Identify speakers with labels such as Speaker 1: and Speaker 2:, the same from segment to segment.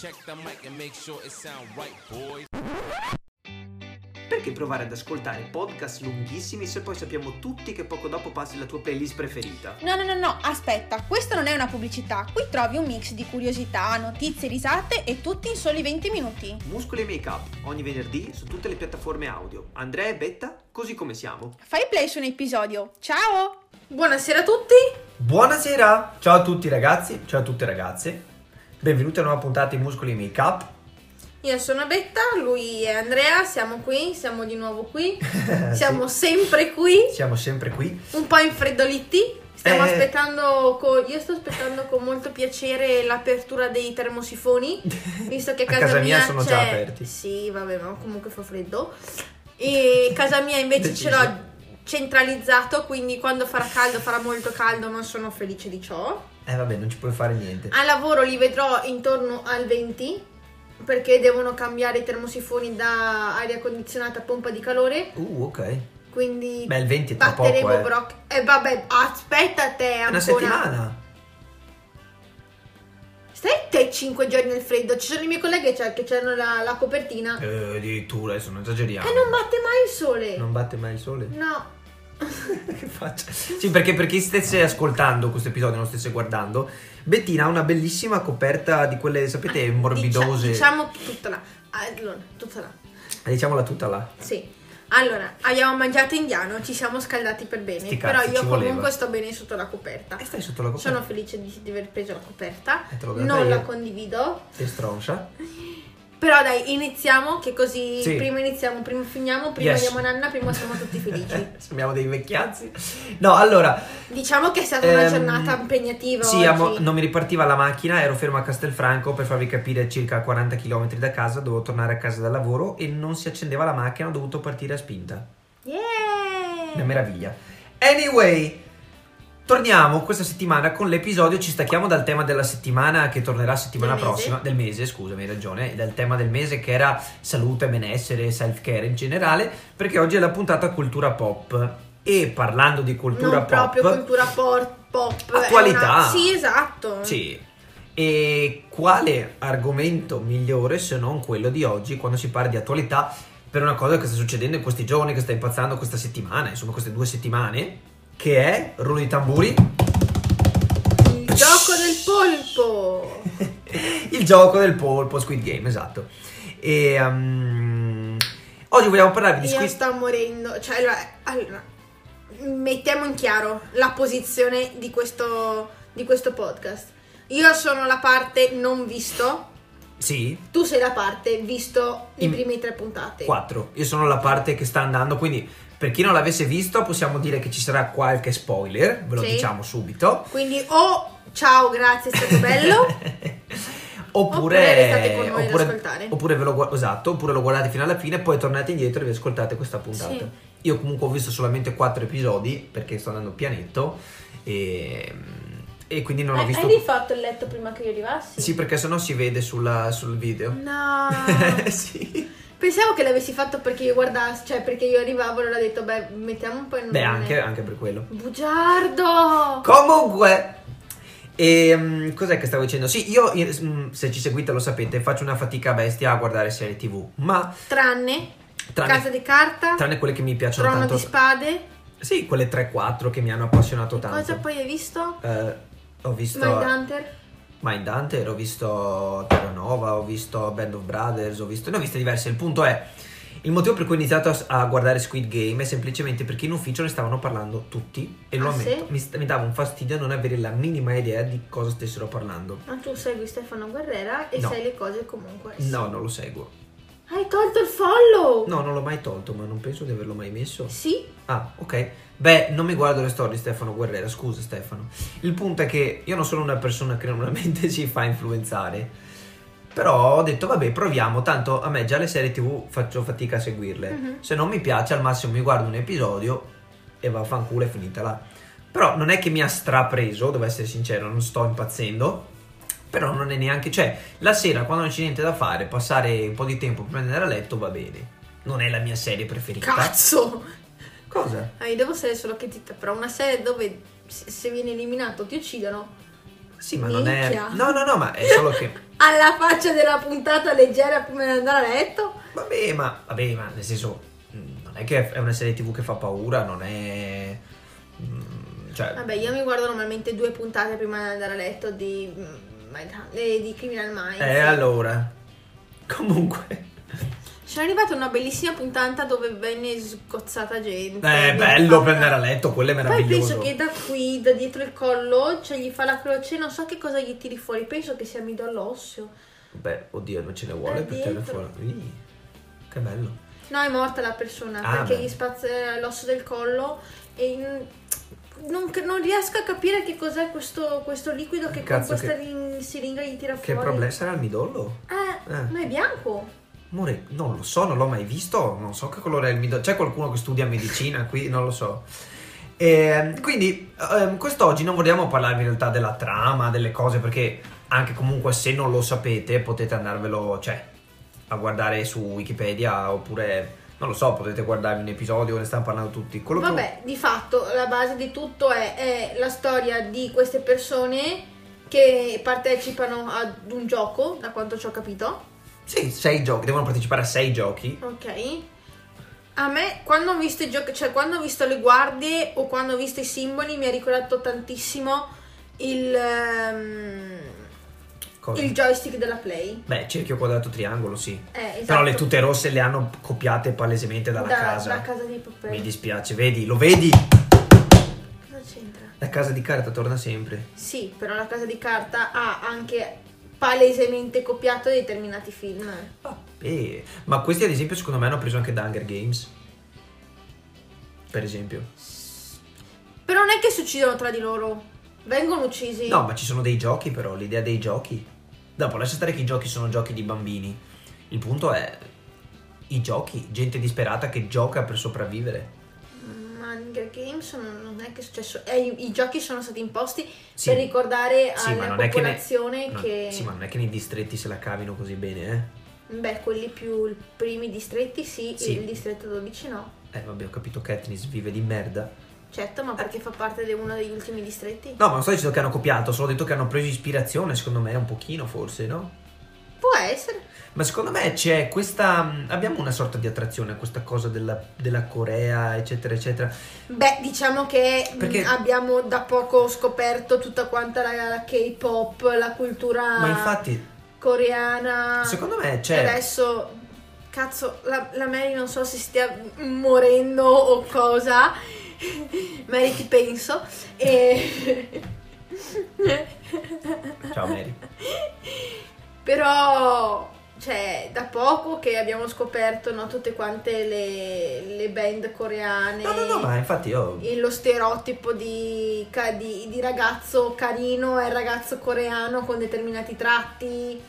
Speaker 1: Check the mic and make sure it sound right, boys.
Speaker 2: Perché provare ad ascoltare podcast lunghissimi se poi sappiamo tutti che poco dopo passi la tua playlist preferita?
Speaker 3: No, no, no, no, aspetta, questa non è una pubblicità. Qui trovi un mix di curiosità, notizie, risate e tutti in soli 20 minuti.
Speaker 2: Muscoli e Make Up, ogni venerdì su tutte le piattaforme audio. Andrea e Betta, così come siamo.
Speaker 3: Fai play su un episodio. Ciao! Buonasera a tutti!
Speaker 2: Buonasera! Ciao a tutti ragazzi, ciao a tutte ragazze. Benvenuti a una nuova puntata di Muscoli e Make Up.
Speaker 3: Io sono Betta, lui è Andrea, siamo qui, siamo di nuovo qui,
Speaker 2: Eh,
Speaker 3: siamo sempre qui,
Speaker 2: Siamo sempre qui.
Speaker 3: un po' infreddoliti. Stiamo
Speaker 2: Eh.
Speaker 3: aspettando, co- io sto aspettando con molto piacere l'apertura dei termosifoni, visto che a
Speaker 2: A
Speaker 3: casa,
Speaker 2: casa mia
Speaker 3: mia
Speaker 2: sono
Speaker 3: c'è-
Speaker 2: già aperti.
Speaker 3: Sì, vabbè, ma comunque fa freddo. E casa mia invece ce
Speaker 2: Deciso.
Speaker 3: l'ho centralizzato, quindi quando farà caldo farà molto caldo, ma sono felice di ciò.
Speaker 2: Eh vabbè, non ci puoi fare niente.
Speaker 3: Al lavoro li vedrò intorno al 20 perché devono cambiare i termosifoni da aria condizionata a pompa di calore,
Speaker 2: Uh, ok.
Speaker 3: quindi
Speaker 2: Beh, il 20 è tra
Speaker 3: batteremo
Speaker 2: poco, eh.
Speaker 3: Brock. E vabbè, aspetta te ancora.
Speaker 2: Una settimana.
Speaker 3: Stai te 5 giorni nel freddo, ci sono i miei colleghi che c'ha- che c'hanno la, la copertina
Speaker 2: Eh, addirittura, adesso non esageriamo.
Speaker 3: e Eh, non batte mai il sole.
Speaker 2: Non batte mai il sole?
Speaker 3: No.
Speaker 2: Che faccia? Sì, perché per chi stesse ascoltando questo episodio, non stesse guardando, Bettina ha una bellissima coperta di quelle, sapete, morbidose.
Speaker 3: Dicia- Ah, diciamo tutta là. Allora, tutta là.
Speaker 2: Eh, Diciamola tutta là.
Speaker 3: Sì. Allora, abbiamo mangiato indiano, ci siamo scaldati per bene,
Speaker 2: Sti
Speaker 3: però
Speaker 2: cazzi,
Speaker 3: io
Speaker 2: ci
Speaker 3: comunque
Speaker 2: voleva.
Speaker 3: sto bene sotto la coperta.
Speaker 2: E stai sotto la coperta.
Speaker 3: Sono felice di, di aver preso la coperta.
Speaker 2: Eh, te l'ho data
Speaker 3: Non
Speaker 2: io.
Speaker 3: la condivido.
Speaker 2: Sei stronza.
Speaker 3: Però dai, iniziamo, che così
Speaker 2: Sì.
Speaker 3: prima iniziamo, prima finiamo, prima
Speaker 2: Yes.
Speaker 3: andiamo a nanna, prima siamo tutti felici.
Speaker 2: Sembriamo dei vecchiazzi. No, allora.
Speaker 3: Diciamo che è stata una
Speaker 2: ehm,
Speaker 3: giornata impegnativa
Speaker 2: Sì,
Speaker 3: oggi.
Speaker 2: amo- non mi ripartiva la macchina, ero fermo a Castelfranco per farvi capire circa 40 km da casa, dovevo tornare a casa dal lavoro e non si accendeva la macchina, ho dovuto partire a spinta.
Speaker 3: Yeah!
Speaker 2: Una meraviglia. Anyway, torniamo questa settimana con l'episodio. Ci stacchiamo dal tema della settimana che tornerà settimana
Speaker 3: Del mese.
Speaker 2: prossima. Del mese, scusami, hai ragione. Dal tema del mese che era salute, benessere, self-care in generale. Perché oggi è la puntata cultura pop. E parlando di cultura pop.
Speaker 3: non proprio cultura por- pop. è
Speaker 2: Attualità.
Speaker 3: una- Sì, esatto.
Speaker 2: Sì. E quale argomento migliore se non quello di oggi quando si parla di attualità per una cosa che sta succedendo in questi giorni, che sta impazzando questa settimana, insomma queste due settimane, che è rullo di tamburi,
Speaker 3: Il gioco del polpo.
Speaker 2: il gioco del polpo Squid Game, esatto. E ehm, oggi vogliamo parlarvi di
Speaker 3: Io
Speaker 2: Squid
Speaker 3: sto morendo. Cioè, allora, allora, mettiamo in chiaro la posizione di questo, di questo podcast. Io sono la parte non visto,
Speaker 2: Sì,
Speaker 3: tu sei la parte visto le
Speaker 2: In-
Speaker 3: prime tre puntate.
Speaker 2: 4. Io sono la parte che sta andando, quindi per chi non l'avesse visto possiamo dire che ci sarà qualche spoiler, ve lo
Speaker 3: Sì.
Speaker 2: diciamo subito.
Speaker 3: Quindi o ciao, grazie, è stato bello. Oppure
Speaker 2: oppure,
Speaker 3: restate con noi ad
Speaker 2: oppure-
Speaker 3: ascoltare.
Speaker 2: oppure ve lo, gu- esatto, oppure lo guardate fino alla fine, poi tornate indietro e vi ascoltate questa puntata.
Speaker 3: Sì.
Speaker 2: Io comunque ho visto solamente quattro episodi perché sto andando pianetto e, e quindi non ho visto...
Speaker 3: Eh, rifatto il letto prima che io arrivassi?
Speaker 2: Sì, perché sennò si vede sulla- sul video.
Speaker 3: No.
Speaker 2: sì.
Speaker 3: Pensavo che l'avessi fatto perché io guardassi, cioè perché io arrivavo e allora ho detto, beh, mettiamo un po' in
Speaker 2: Beh, anche, anche per quello.
Speaker 3: Bugiardo!
Speaker 2: Comunque, ehm, cos'è che stavo dicendo? Sì, io, eh, mm, se ci seguite lo sapete, faccio una fatica bestia a guardare serie tv, ma
Speaker 3: Tranne,
Speaker 2: tranne,
Speaker 3: Casa di Carta,
Speaker 2: tranne quelle che mi piacciono
Speaker 3: Trono
Speaker 2: tanto...
Speaker 3: di Spade.
Speaker 2: Sì, quelle 3-4 che mi hanno appassionato tanto.
Speaker 3: Cosa poi hai visto?
Speaker 2: Eh, ho visto
Speaker 3: Mindhunter?
Speaker 2: Mindhunter, ho visto Terranova, ho visto Band of Brothers, ho visto... Ne ho viste diverse. Il punto è, il motivo per cui ho iniziato a, a guardare Squid Game è semplicemente perché in ufficio ne stavano parlando tutti e lo
Speaker 3: Ah,
Speaker 2: ammetto.
Speaker 3: sì?
Speaker 2: Mi, st- mi dava un fastidio non avere la minima idea di cosa stessero parlando.
Speaker 3: Ma Ah, tu segui Stefano Guerrera e
Speaker 2: No.
Speaker 3: sai le cose comunque.
Speaker 2: No, non lo seguo.
Speaker 3: Hai tolto il follow!
Speaker 2: No, non l'ho mai tolto, ma non penso di averlo mai messo.
Speaker 3: Sì?
Speaker 2: Ah, ok. Beh, non mi guardo le storie di Stefano Guerrera, scusa Stefano. Il punto è che io non sono una persona che normalmente si fa influenzare. Però ho detto, vabbè, proviamo, tanto a me già le serie TV faccio fatica a seguirle.
Speaker 3: Mhm.
Speaker 2: Se non mi piace, al massimo mi guardo un episodio e va a fanculo e finita là. Però non è che mi ha strapreso, devo essere sincero, non sto impazzendo. Però non è neanche, cioè, la sera quando non c'è niente da fare, passare un po' di tempo prima di andare a letto va bene. Non è la mia serie preferita.
Speaker 3: Cazzo!
Speaker 2: Cosa?
Speaker 3: Ah, io devo essere solo che ti... Però una serie dove se se viene eliminato ti uccidono.
Speaker 2: Sì, ma non è.
Speaker 3: Minchia.
Speaker 2: No, no, no, ma è solo che.
Speaker 3: Alla faccia della puntata leggera prima di andare a letto.
Speaker 2: Vabbè, ma. Vabbè, ma nel senso. mh, Non è che è una serie TV che fa paura, non è. mh, Cioè.
Speaker 3: Vabbè, io mi guardo normalmente due puntate prima di andare a letto di, mm, Mindhunt- eh, di Criminal Minds.
Speaker 2: Eh, allora. Comunque.
Speaker 3: C'è arrivata una bellissima puntata dove venne scozzata gente.
Speaker 2: È
Speaker 3: Venne
Speaker 2: eh, bello
Speaker 3: fatta-
Speaker 2: prendere a letto, quello è
Speaker 3: Poi
Speaker 2: meraviglioso.
Speaker 3: penso che da qui, da dietro il collo, cioè gli fa la croce, non so che cosa gli tiri fuori, penso che sia midollo osseo.
Speaker 2: Beh, oddio, non ce ne vuole
Speaker 3: Da
Speaker 2: perché è
Speaker 3: dietro.
Speaker 2: fuori. Ih, Che bello.
Speaker 3: No, è morta la persona
Speaker 2: Ah,
Speaker 3: perché
Speaker 2: beh.
Speaker 3: gli spazza eh, l'osso del collo e mm, non, non riesco a capire che cos'è questo, questo liquido che
Speaker 2: Cazzo,
Speaker 3: con questa
Speaker 2: che-
Speaker 3: ring- siringa gli tira
Speaker 2: Che
Speaker 3: fuori.
Speaker 2: problema? Sarà il midollo?
Speaker 3: Eh,
Speaker 2: Eh.
Speaker 3: ma è bianco.
Speaker 2: Amore, non lo so, non l'ho mai visto, non so che colore è il midollo. C'è qualcuno che studia medicina qui? Non lo so. Ehm, quindi, ehm, quest'oggi non vogliamo parlarvi in realtà della trama, delle cose, perché anche comunque se non lo sapete potete andarvelo, cioè, a guardare su Wikipedia oppure, non lo so, potete guardarvi un episodio, ne stanno parlando tutti. Quello che-
Speaker 3: Vabbè, di fatto la base di tutto è, è la storia di queste persone che partecipano ad un gioco, da quanto ci ho capito.
Speaker 2: Sì, sei giochi, devono partecipare a sei giochi.
Speaker 3: Ok. A me, quando ho visto i giochi, cioè quando ho visto le guardie o quando ho visto i simboli, mi ha ricordato tantissimo il, ehm,
Speaker 2: Cosa?
Speaker 3: il joystick della Play.
Speaker 2: Beh, cerchio quadrato triangolo, sì.
Speaker 3: Eh, esatto.
Speaker 2: Però le tute rosse le hanno copiate palesemente dalla
Speaker 3: Da-
Speaker 2: casa.
Speaker 3: da Casa dei Papel.
Speaker 2: Mi dispiace, vedi, lo vedi?
Speaker 3: Cosa c'entra?
Speaker 2: La casa di carta torna sempre.
Speaker 3: Sì, però la casa di carta ha anche palesemente copiato determinati film.
Speaker 2: Vabbè. Ma questi, ad esempio, secondo me hanno preso anche da Hunger Games. Per esempio.
Speaker 3: Però non è che si uccidono tra di loro. Vengono uccisi.
Speaker 2: No, ma ci sono dei giochi, però, l'idea dei giochi. Dopo, lascia stare che i giochi sono giochi di bambini. Il punto è. I giochi, gente disperata che gioca per sopravvivere.
Speaker 3: Ma Hunger Games non non è che è successo. eh, i, i giochi sono stati imposti
Speaker 2: Sì.
Speaker 3: per ricordare
Speaker 2: Sì, ma
Speaker 3: alla
Speaker 2: non è che ne-
Speaker 3: popolazione che.
Speaker 2: non- Sì, ma non è che nei distretti se la cavino così bene, eh.
Speaker 3: Beh, quelli più i primi distretti sì,
Speaker 2: Sì.
Speaker 3: il distretto 12 no.
Speaker 2: eh? Eh, vabbè, ho capito, Katniss vive di merda.
Speaker 3: Certo, ma perché fa parte di uno degli ultimi distretti?
Speaker 2: No, ma non sto dicendo che hanno copiato, solo detto che hanno preso ispirazione, secondo me, un pochino forse, no?
Speaker 3: Può essere.
Speaker 2: Ma secondo me c'è questa. mh, Abbiamo una sorta di attrazione a questa cosa della, della Corea, eccetera, eccetera.
Speaker 3: Beh, diciamo che mh,
Speaker 2: Perché-
Speaker 3: abbiamo da poco scoperto tutta quanta la, la K-pop, la cultura
Speaker 2: Ma infatti,
Speaker 3: coreana.
Speaker 2: secondo me
Speaker 3: E
Speaker 2: c'è.
Speaker 3: Ah. adesso, cazzo, la, la Mary non so se stia morendo o cosa. Mary ti penso. E...
Speaker 2: Ciao Mary.
Speaker 3: Però, cioè, da poco che abbiamo scoperto no, tutte quante le, le band coreane.
Speaker 2: No, no, no, ma infatti io.
Speaker 3: e lo stereotipo di, ca- di- di ragazzo carino è il ragazzo coreano con determinati tratti.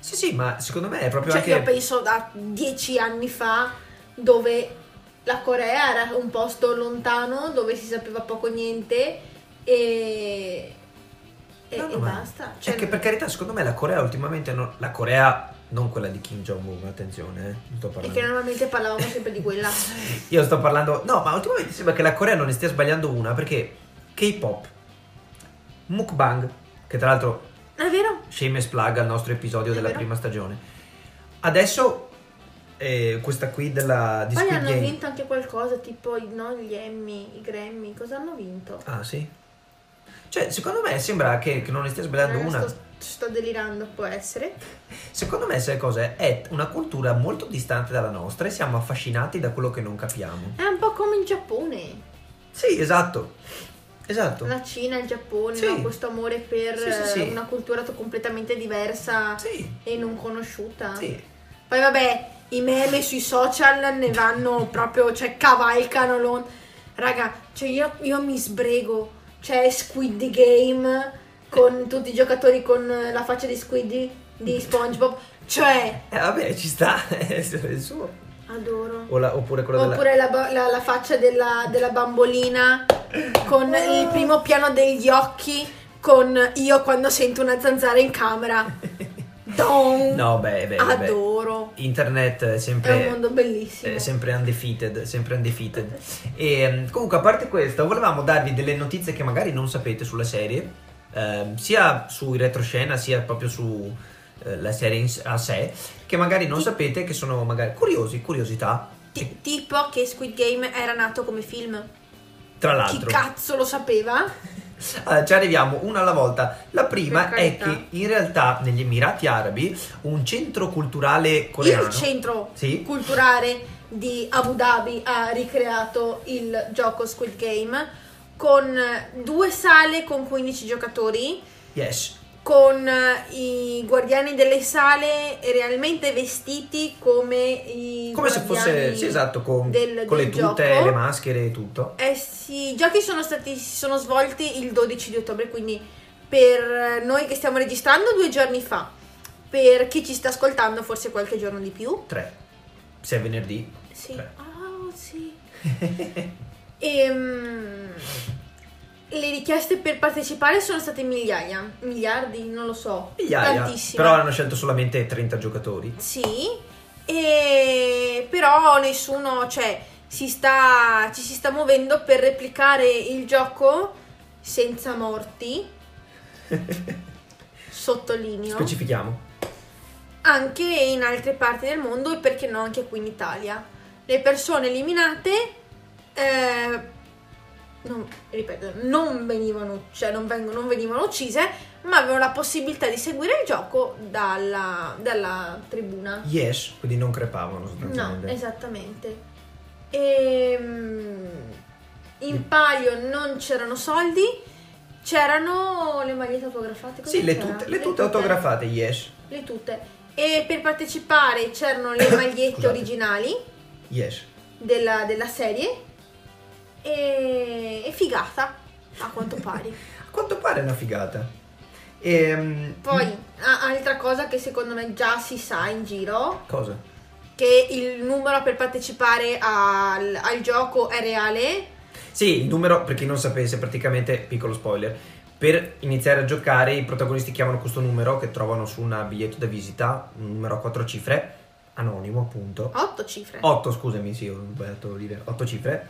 Speaker 2: Sì, sì, ma secondo me è proprio
Speaker 3: Cioè, io
Speaker 2: anche.
Speaker 3: penso da dieci anni fa, dove la Corea era un posto lontano, dove si sapeva poco niente e, e,
Speaker 2: No, no,
Speaker 3: e
Speaker 2: ma-
Speaker 3: basta.
Speaker 2: Cioè,
Speaker 3: Cioè,
Speaker 2: che per carità, secondo me la Corea ultimamente. non- La Corea, non quella di Kim Jong-un, attenzione, eh, non sto parlando.
Speaker 3: perché normalmente parlavamo sempre di quella.
Speaker 2: Io sto parlando. No, ma ultimamente sembra che la Corea non ne stia sbagliando una perché K-pop, mukbang, che tra l'altro
Speaker 3: È vero?
Speaker 2: shameless plug al nostro epidio
Speaker 3: È
Speaker 2: della
Speaker 3: vero.
Speaker 2: prima stagione. Adesso eh, questa qui della di
Speaker 3: Poi
Speaker 2: Squid
Speaker 3: hanno
Speaker 2: Game.
Speaker 3: vinto anche qualcosa, tipo i- no, gli Emmy, i Grammy, cosa hanno vinto?
Speaker 2: Ah, sì. Cioè, secondo me sembra che, che non ne stia sbagliando
Speaker 3: Raga,
Speaker 2: una.
Speaker 3: sto, sto delirando, può essere.
Speaker 2: Secondo me, sai cos'è? È una cultura molto distante dalla nostra e siamo affascinati da quello che non capiamo.
Speaker 3: È un po' come in Giappone.
Speaker 2: Sì, esatto. Esatto.
Speaker 3: La Cina, il Giappone,
Speaker 2: Sì.
Speaker 3: no? questo amore per
Speaker 2: Sì, sì, sì.
Speaker 3: eh, una cultura to- completamente diversa
Speaker 2: Sì.
Speaker 3: e non conosciuta.
Speaker 2: Sì.
Speaker 3: Poi vabbè, i meme sui social ne vanno proprio, cioè cavalcano l'on- Raga, cioè io, io mi sbrego. C'è Squid Game con tutti i giocatori con eh, la faccia di Squid di SpongeBob. Cioè,
Speaker 2: Eh, vabbè, ci sta. è il suo.
Speaker 3: adoro.
Speaker 2: O la- oppure quello della...
Speaker 3: Oppure la, ba- la- la faccia della, della bambolina con il primo piano degli occhi, con io quando sento una zanzara in camera. Don!
Speaker 2: No, beh, beh, beh.
Speaker 3: Adoro!
Speaker 2: Internet è
Speaker 3: È
Speaker 2: sempre...
Speaker 3: un mondo bellissimo.
Speaker 2: eh, sempre undefeated, sempre undefeated. Ehm, E, mm, comunque, a parte questo, volevamo darvi delle notizie che magari non sapete sulla serie. ehm, sia sui retroscena sia proprio su eh, la serie in s- a sé che magari non sapete che sono magari curiosi curiosità
Speaker 3: Ti- tipo che Squid Game era nato come film.
Speaker 2: tra
Speaker 3: Chi
Speaker 2: l'altro
Speaker 3: cazzo lo sapeva?
Speaker 2: Allora, Eh, ci arriviamo una alla volta. La prima
Speaker 3: Per
Speaker 2: è
Speaker 3: carità.
Speaker 2: che in realtà negli Emirati Arabi un centro culturale coreano.
Speaker 3: Il centro
Speaker 2: Sì.
Speaker 3: culturale di Abu Dhabi ha ricreato il gioco Squid Game con due sale con 15 giocatori,
Speaker 2: Yes.
Speaker 3: con i guardiani delle sale realmente vestiti come i
Speaker 2: Come se fosse.
Speaker 3: guardiani
Speaker 2: Sì, esatto, con,
Speaker 3: del-
Speaker 2: con le
Speaker 3: del
Speaker 2: tute,
Speaker 3: gioco.
Speaker 2: le maschere e tutto.
Speaker 3: Eh sì, i giochi sono stati, si sono svolti il 12 di ottobre, quindi per noi che stiamo registrando due giorni fa, per chi ci sta ascoltando forse qualche giorno di più.
Speaker 2: Tre. Se è venerdì.
Speaker 3: Sì.
Speaker 2: Tre.
Speaker 3: Oh, sì. Ehm, le richieste per partecipare sono state migliaia, miliardi, non lo so,
Speaker 2: Migliaia.
Speaker 3: tantissime.
Speaker 2: Però hanno scelto solamente 30 giocatori.
Speaker 3: Sì, e però nessuno, cioè, si sta, ci si sta muovendo per replicare il gioco senza morti, sottolineo,
Speaker 2: Specifichiamo.
Speaker 3: anche in altre parti del mondo e perché no anche qui in Italia. Le persone eliminate, eh, non, ripeto, non venivano, cioè non, vengono, non venivano uccise, ma avevano la possibilità di seguire il gioco dalla, dalla tribuna.
Speaker 2: Yes, quindi non crepavano
Speaker 3: No, esatto,
Speaker 2: sostanzialmente.
Speaker 3: esattamente. Ehm, in palio non c'erano soldi, c'erano le magliette autografate. cosa
Speaker 2: Sì, le
Speaker 3: c'era?
Speaker 2: tute, le tute autografate, yes.
Speaker 3: Le tute. E per partecipare c'erano le magliette
Speaker 2: Scusate.
Speaker 3: originali
Speaker 2: Yes.
Speaker 3: della, della serie e, e figata, a quanto pare.
Speaker 2: A quanto pare è una figata. Ehm,
Speaker 3: Poi, a- altra cosa che secondo me già si sa in giro,
Speaker 2: Cosa?
Speaker 3: che il numero per partecipare al- al gioco è reale,
Speaker 2: Sì, il numero, per chi non sapesse, praticamente, piccolo spoiler, per iniziare a giocare i protagonisti chiamano questo numero che trovano su un biglietto da visita, un numero a quattro cifre, anonimo appunto.
Speaker 3: 8 cifre.
Speaker 2: 8, scusami, sì, ho sbagliato dire 8 cifre.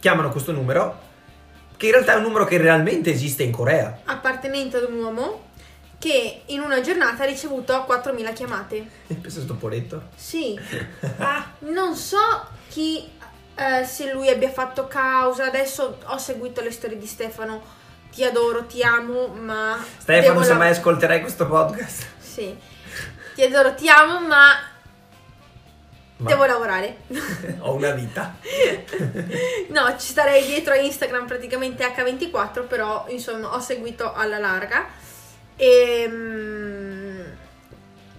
Speaker 2: Chiamano questo numero, che in realtà è un numero che realmente esiste in Corea.
Speaker 3: Appartenente ad un uomo che in una giornata ha ricevuto 4.000 chiamate.
Speaker 2: Penso sto poletto.
Speaker 3: Sì, Ah, non so chi, eh, se lui abbia fatto causa. Adesso ho seguito le storie di Stefano. Ti adoro, ti amo, ma.
Speaker 2: Stefano,
Speaker 3: devo
Speaker 2: se
Speaker 3: lav-
Speaker 2: mai ascolterai questo podcast.
Speaker 3: Sì. Ti adoro, ti amo, ma,
Speaker 2: Ma
Speaker 3: devo lavorare.
Speaker 2: ho una vita.
Speaker 3: no, ci starei dietro a Instagram praticamente H24, però insomma ho seguito alla larga. E,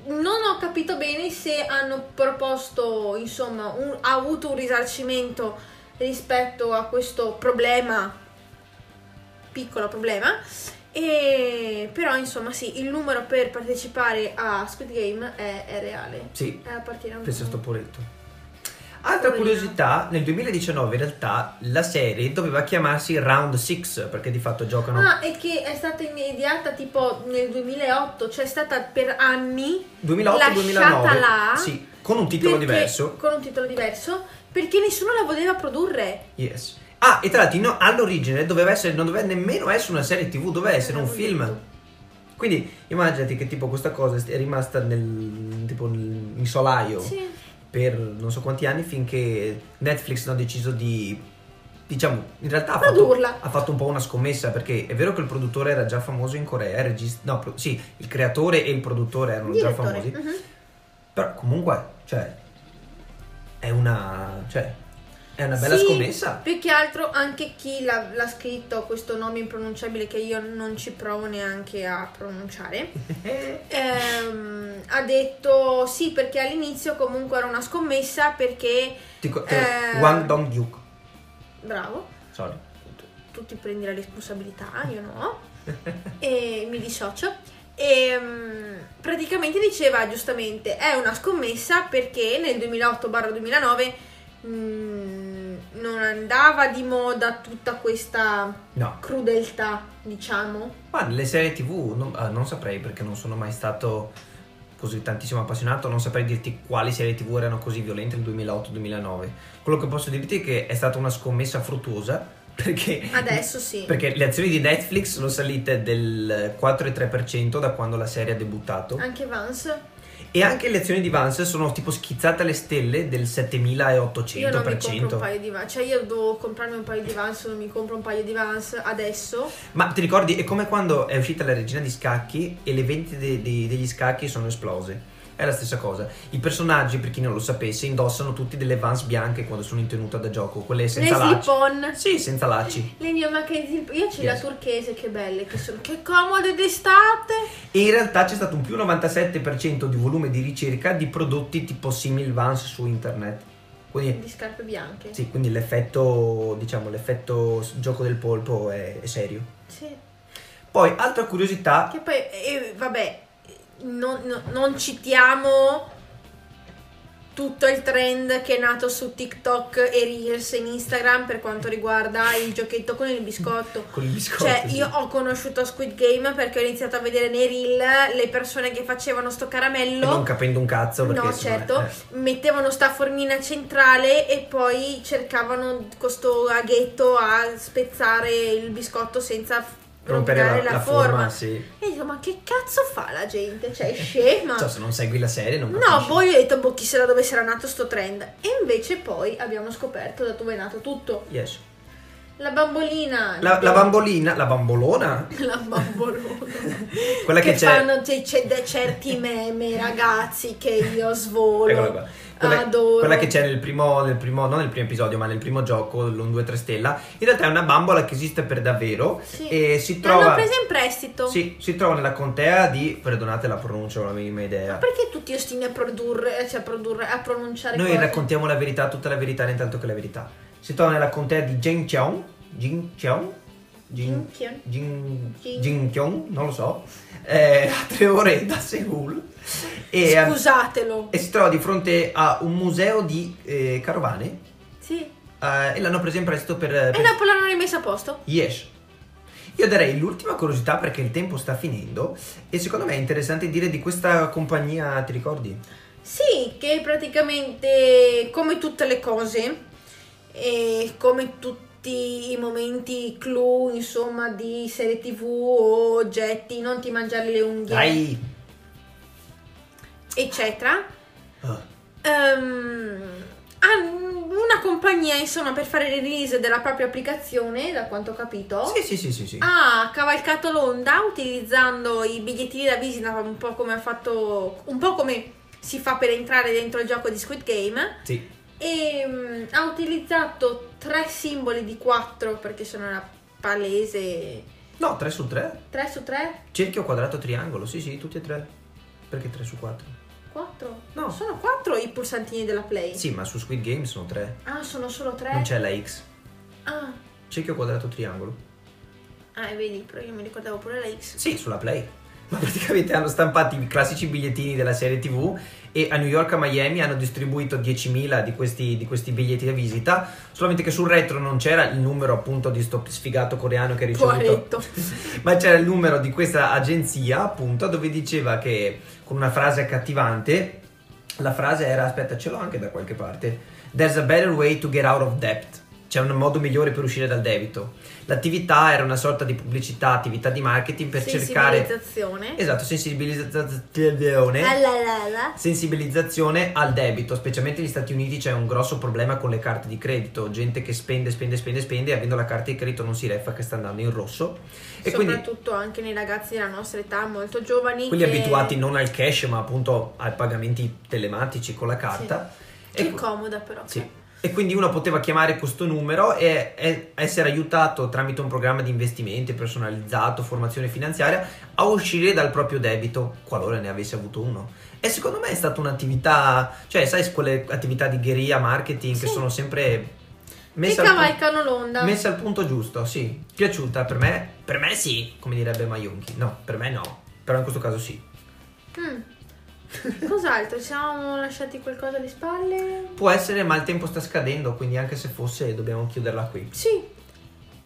Speaker 3: non ho capito bene se hanno proposto, insomma, un- ha avuto un risarcimento rispetto a questo problema, piccolo problema. E, però insomma sì, il numero per partecipare a Squid Game è, è reale.
Speaker 2: Sì,
Speaker 3: È a partire da un
Speaker 2: Pensa sto poletto. Altra
Speaker 3: Poverino.
Speaker 2: curiosità, nel 2019 in realtà la serie doveva chiamarsi Round 6 perché di fatto giocano...
Speaker 3: Ah, e che è stata immediata tipo nel 2008, cioè è stata per anni
Speaker 2: 2008-2009.
Speaker 3: lasciata là
Speaker 2: Sì, con un titolo
Speaker 3: perché-
Speaker 2: diverso.
Speaker 3: Con un titolo diverso, perché nessuno la voleva produrre.
Speaker 2: Yes. Ah, e tra l'altro no, all'origine doveva essere, non doveva nemmeno essere una serie tv, doveva essere un
Speaker 3: l'avevo
Speaker 2: film.
Speaker 3: detto.
Speaker 2: Quindi immaginati che tipo questa cosa è rimasta nel, tipo, nel- in solaio
Speaker 3: Sì.
Speaker 2: per non so quanti anni finché Netflix non ha deciso di... Diciamo, in realtà ha fatto,
Speaker 3: Produrla.
Speaker 2: ha fatto un po' una scommessa perché è vero che il produttore era già famoso in Corea, il regista, no, pro- sì, il creatore e il produttore erano già
Speaker 3: Direttore.
Speaker 2: famosi,
Speaker 3: mhm.
Speaker 2: però comunque, cioè, è una, cioè, è una bella
Speaker 3: Sì,
Speaker 2: scommessa.
Speaker 3: Più che altro anche chi l'ha, l'ha scritto questo nome impronunciabile che io non ci provo neanche a pronunciare. ehm, ha detto sì perché all'inizio comunque era una scommessa perché
Speaker 2: Dico,
Speaker 3: Eh.
Speaker 2: Wang Dong Yuk,
Speaker 3: bravo
Speaker 2: sorry.
Speaker 3: tu, tu ti prendi la responsabilità, io no, e mi dissocio. E mm, praticamente diceva giustamente: è una scommessa perché nel 2008-2009 mm, non andava di moda tutta questa
Speaker 2: No,
Speaker 3: crudeltà, diciamo.
Speaker 2: ma le serie tv non, ah, non saprei perché non sono mai stato così tantissimo appassionato, non saprei dirti quali serie tv erano così violente nel 2008-2009. Quello che posso dirti è che è stata una scommessa fruttuosa Perché,
Speaker 3: Adesso sì.
Speaker 2: perché le azioni di Netflix sono salite del 4,3% da quando la serie ha debuttato.
Speaker 3: Anche Vance.
Speaker 2: E anche le azioni di Vance sono tipo schizzate alle stelle del
Speaker 3: Io non mi compro un
Speaker 2: 7800%.
Speaker 3: paio di Vance. Cioè, io devo comprarmi un paio di Vance, non mi compro un paio di Vance adesso.
Speaker 2: Ma ti ricordi? È come quando è uscita la regina di scacchi e le vendite de- de- degli scacchi sono esplose. È la stessa cosa. I personaggi, per chi non lo sapesse, indossano tutti delle Vans bianche quando sono in tenuta da gioco, quelle senza
Speaker 3: le
Speaker 2: lacci.
Speaker 3: slip-on.
Speaker 2: Sì, senza lacci.
Speaker 3: Le mie macchine Io ce l'ho
Speaker 2: Yes.
Speaker 3: turchese, che belle che sono. Che comode d'estate.
Speaker 2: E in realtà c'è stato un più 97% di volume di ricerca di prodotti tipo simil Vans su internet. Quindi,
Speaker 3: Di scarpe bianche.
Speaker 2: sì, quindi l'effetto, diciamo, l'effetto s- gioco del polpo è, è serio.
Speaker 3: Sì.
Speaker 2: Poi, altra curiosità,
Speaker 3: Che poi, eh, vabbè, non, no- non citiamo tutto il trend che è nato su TikTok e Reels e in Instagram per quanto riguarda il giochetto con il biscotto.
Speaker 2: con il biscotto.
Speaker 3: Cioè,
Speaker 2: sì.
Speaker 3: io ho conosciuto Squid Game perché ho iniziato a vedere nei reel le persone che facevano sto
Speaker 2: E non
Speaker 3: caramello.
Speaker 2: capendo un cazzo perché
Speaker 3: No,
Speaker 2: insomma,
Speaker 3: certo,
Speaker 2: eh.
Speaker 3: mettevano sta formina centrale e poi cercavano questo aghetto a spezzare il biscotto senza f-
Speaker 2: rompere la,
Speaker 3: rovinare la,
Speaker 2: la
Speaker 3: forma.
Speaker 2: forma, sì.
Speaker 3: E dico, ma che cazzo fa la gente? Cioè, è scema.
Speaker 2: Cioè, se non segui la serie non
Speaker 3: No,
Speaker 2: capisci.
Speaker 3: poi ho detto, boh, chissà da dove sarà nato sto trend. E invece poi abbiamo scoperto da dove è nato tutto.
Speaker 2: Yes.
Speaker 3: La bambolina.
Speaker 2: La, la bambolina, la bambolona,
Speaker 3: La bambolona.
Speaker 2: quella che,
Speaker 3: che
Speaker 2: c'è...
Speaker 3: fanno c'è, c'è de- certi meme, ragazzi, che
Speaker 2: Ecco
Speaker 3: io
Speaker 2: Eccola
Speaker 3: svolo.
Speaker 2: qua. Quella,
Speaker 3: Adoro.
Speaker 2: quella che c'è nel primo, nel primo, non nel primo episodio, ma nel primo gioco, l'1, 2, 3 stella. In realtà è una bambola che esiste per davvero
Speaker 3: Sì.
Speaker 2: e si
Speaker 3: L'hanno
Speaker 2: trova...
Speaker 3: presa in prestito.
Speaker 2: Sì, si trova nella contea di, perdonate la pronuncia, non ho la minima idea.
Speaker 3: Ma perché tutti ostini a produrre, cioè a produrre, a pronunciare
Speaker 2: Noi
Speaker 3: cose?
Speaker 2: raccontiamo la verità, tutta la verità, nient'altro che la verità. Si trova nella contea di Jincheon. Jincheon? Jin-
Speaker 3: Jincheon.
Speaker 2: Jin-
Speaker 3: Jin-
Speaker 2: Jincheon, non lo so. Eh, a tre ore da Seoul. E,
Speaker 3: Scusatelo.
Speaker 2: e si trova di fronte a un museo di eh, carovane.
Speaker 3: Sì.
Speaker 2: eh, e l'hanno presa in prestito per... per-
Speaker 3: E dopo l'hanno rimessa a posto.
Speaker 2: Yes. Io darei l'ultima curiosità perché il tempo sta finendo e secondo me è interessante dire di questa compagnia, ti ricordi?
Speaker 3: Sì, che praticamente come tutte le cose e come tutti i momenti clou, insomma, di serie TV o oggetti, non ti mangiare le unghie,
Speaker 2: Dai!
Speaker 3: eccetera.
Speaker 2: Ah.
Speaker 3: Ehm, han- una compagnia, insomma, per fare il release della propria applicazione, da quanto ho capito.
Speaker 2: Sì, sì, sì, sì, sì.
Speaker 3: ha Ah, cavalcato l'onda utilizzando i bigliettini da visita un po' come ha fatto un po' come si fa per entrare dentro il gioco di Squid Game
Speaker 2: Sì.
Speaker 3: e mm, ha utilizzato tre simboli di quattro perché sono una palese
Speaker 2: No, 3 su 3.
Speaker 3: 3 su 3
Speaker 2: Cerchio, quadrato, triangolo. Sì, sì, tutti e tre. Perché 3 su 4?
Speaker 3: 4
Speaker 2: No.
Speaker 3: sono 4 i pulsantini della play
Speaker 2: Sì, ma su Squid Game sono 3.
Speaker 3: ah sono solo 3
Speaker 2: Non c'è la X.
Speaker 3: ah.
Speaker 2: Cerchio, quadrato, triangolo.
Speaker 3: ah e vedi però io mi ricordavo pure la X
Speaker 2: Sì, sulla Play. Ma praticamente hanno stampato i classici bigliettini della serie TV e a New York e a Miami hanno distribuito 10.000 di questi, di questi biglietti da visita, solamente che sul retro non c'era il numero appunto di sto sfigato coreano che ha ricevuto
Speaker 3: Poveretto.
Speaker 2: ma c'era il numero di questa agenzia, appunto, dove diceva che con una frase accattivante, la frase era: aspetta, ce l'ho anche da qualche parte. There's a better way to get out of debt. C'è un modo migliore per uscire dal debito. L'attività era una sorta di pubblicità, attività di marketing per cercare.
Speaker 3: sensibilizzazione
Speaker 2: Esatto, sensibilizzazione
Speaker 3: Ah, la, la, la.
Speaker 2: sensibilizzazione al debito, specialmente negli Stati Uniti c'è un grosso problema con le carte di credito, gente che spende, spende, spende, spende e avendo la carta di credito non si refa che sta andando in rosso e quindi
Speaker 3: soprattutto anche nei ragazzi della nostra età molto giovani
Speaker 2: quelli
Speaker 3: che-
Speaker 2: abituati non al cash ma appunto ai pagamenti telematici con la carta
Speaker 3: che
Speaker 2: e,
Speaker 3: è comoda però
Speaker 2: sì. E quindi uno poteva chiamare questo numero e, e essere aiutato tramite un programma di investimenti personalizzato, formazione finanziaria, a uscire dal proprio debito, qualora ne avesse avuto uno. E secondo me è stata un'attività, cioè sai quelle attività di guerriglia marketing che
Speaker 3: Sì.
Speaker 2: sono sempre
Speaker 3: che
Speaker 2: messe al, pu-
Speaker 3: cavalcano l'onda
Speaker 2: messe al punto giusto, sì. Piaciuta per me? Per me sì, come direbbe Maionchi. No, per me no, però in questo caso sì.
Speaker 3: Mm. cos'altro ci siamo lasciati qualcosa alle spalle
Speaker 2: Può essere, ma il tempo sta scadendo, quindi anche se fosse dobbiamo chiuderla qui.
Speaker 3: sì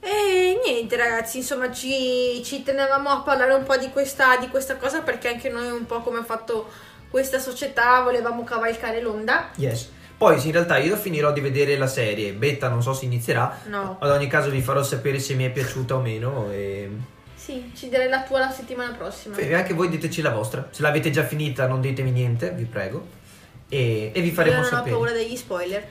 Speaker 3: e niente ragazzi insomma ci, ci tenevamo a parlare un po' di questa, di questa cosa perché anche noi un po' come ha fatto questa società volevamo cavalcare l'onda
Speaker 2: Yes. Poi in realtà io finirò di vedere la serie, beta non so se inizierà,
Speaker 3: No.
Speaker 2: ad ogni caso vi farò sapere se mi è piaciuta o meno e
Speaker 3: Sì, ci direi la tua la settimana prossima.
Speaker 2: e anche voi diteci la vostra, se l'avete già finita non ditemi niente, vi prego, e, e vi
Speaker 3: Io
Speaker 2: faremo
Speaker 3: non
Speaker 2: sapere.
Speaker 3: ho paura degli spoiler.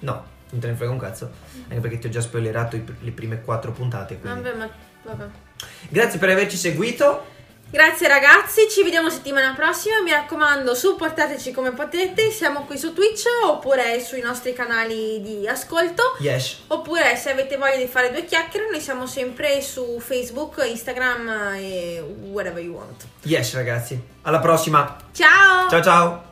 Speaker 2: No, non te ne frega un cazzo, anche perché ti ho già spoilerato i pr- le prime quattro puntate, quindi...
Speaker 3: Vabbè, ma vabbè.
Speaker 2: Grazie per averci seguito.
Speaker 3: Grazie ragazzi, ci vediamo settimana prossima. Mi raccomando, supportateci come potete. Siamo qui su Twitch oppure sui nostri canali di ascolto.
Speaker 2: Yes.
Speaker 3: Oppure se avete voglia di fare due chiacchiere, noi siamo sempre su Facebook, Instagram e whatever you want.
Speaker 2: Yes, ragazzi. Alla prossima.
Speaker 3: Ciao!
Speaker 2: Ciao ciao.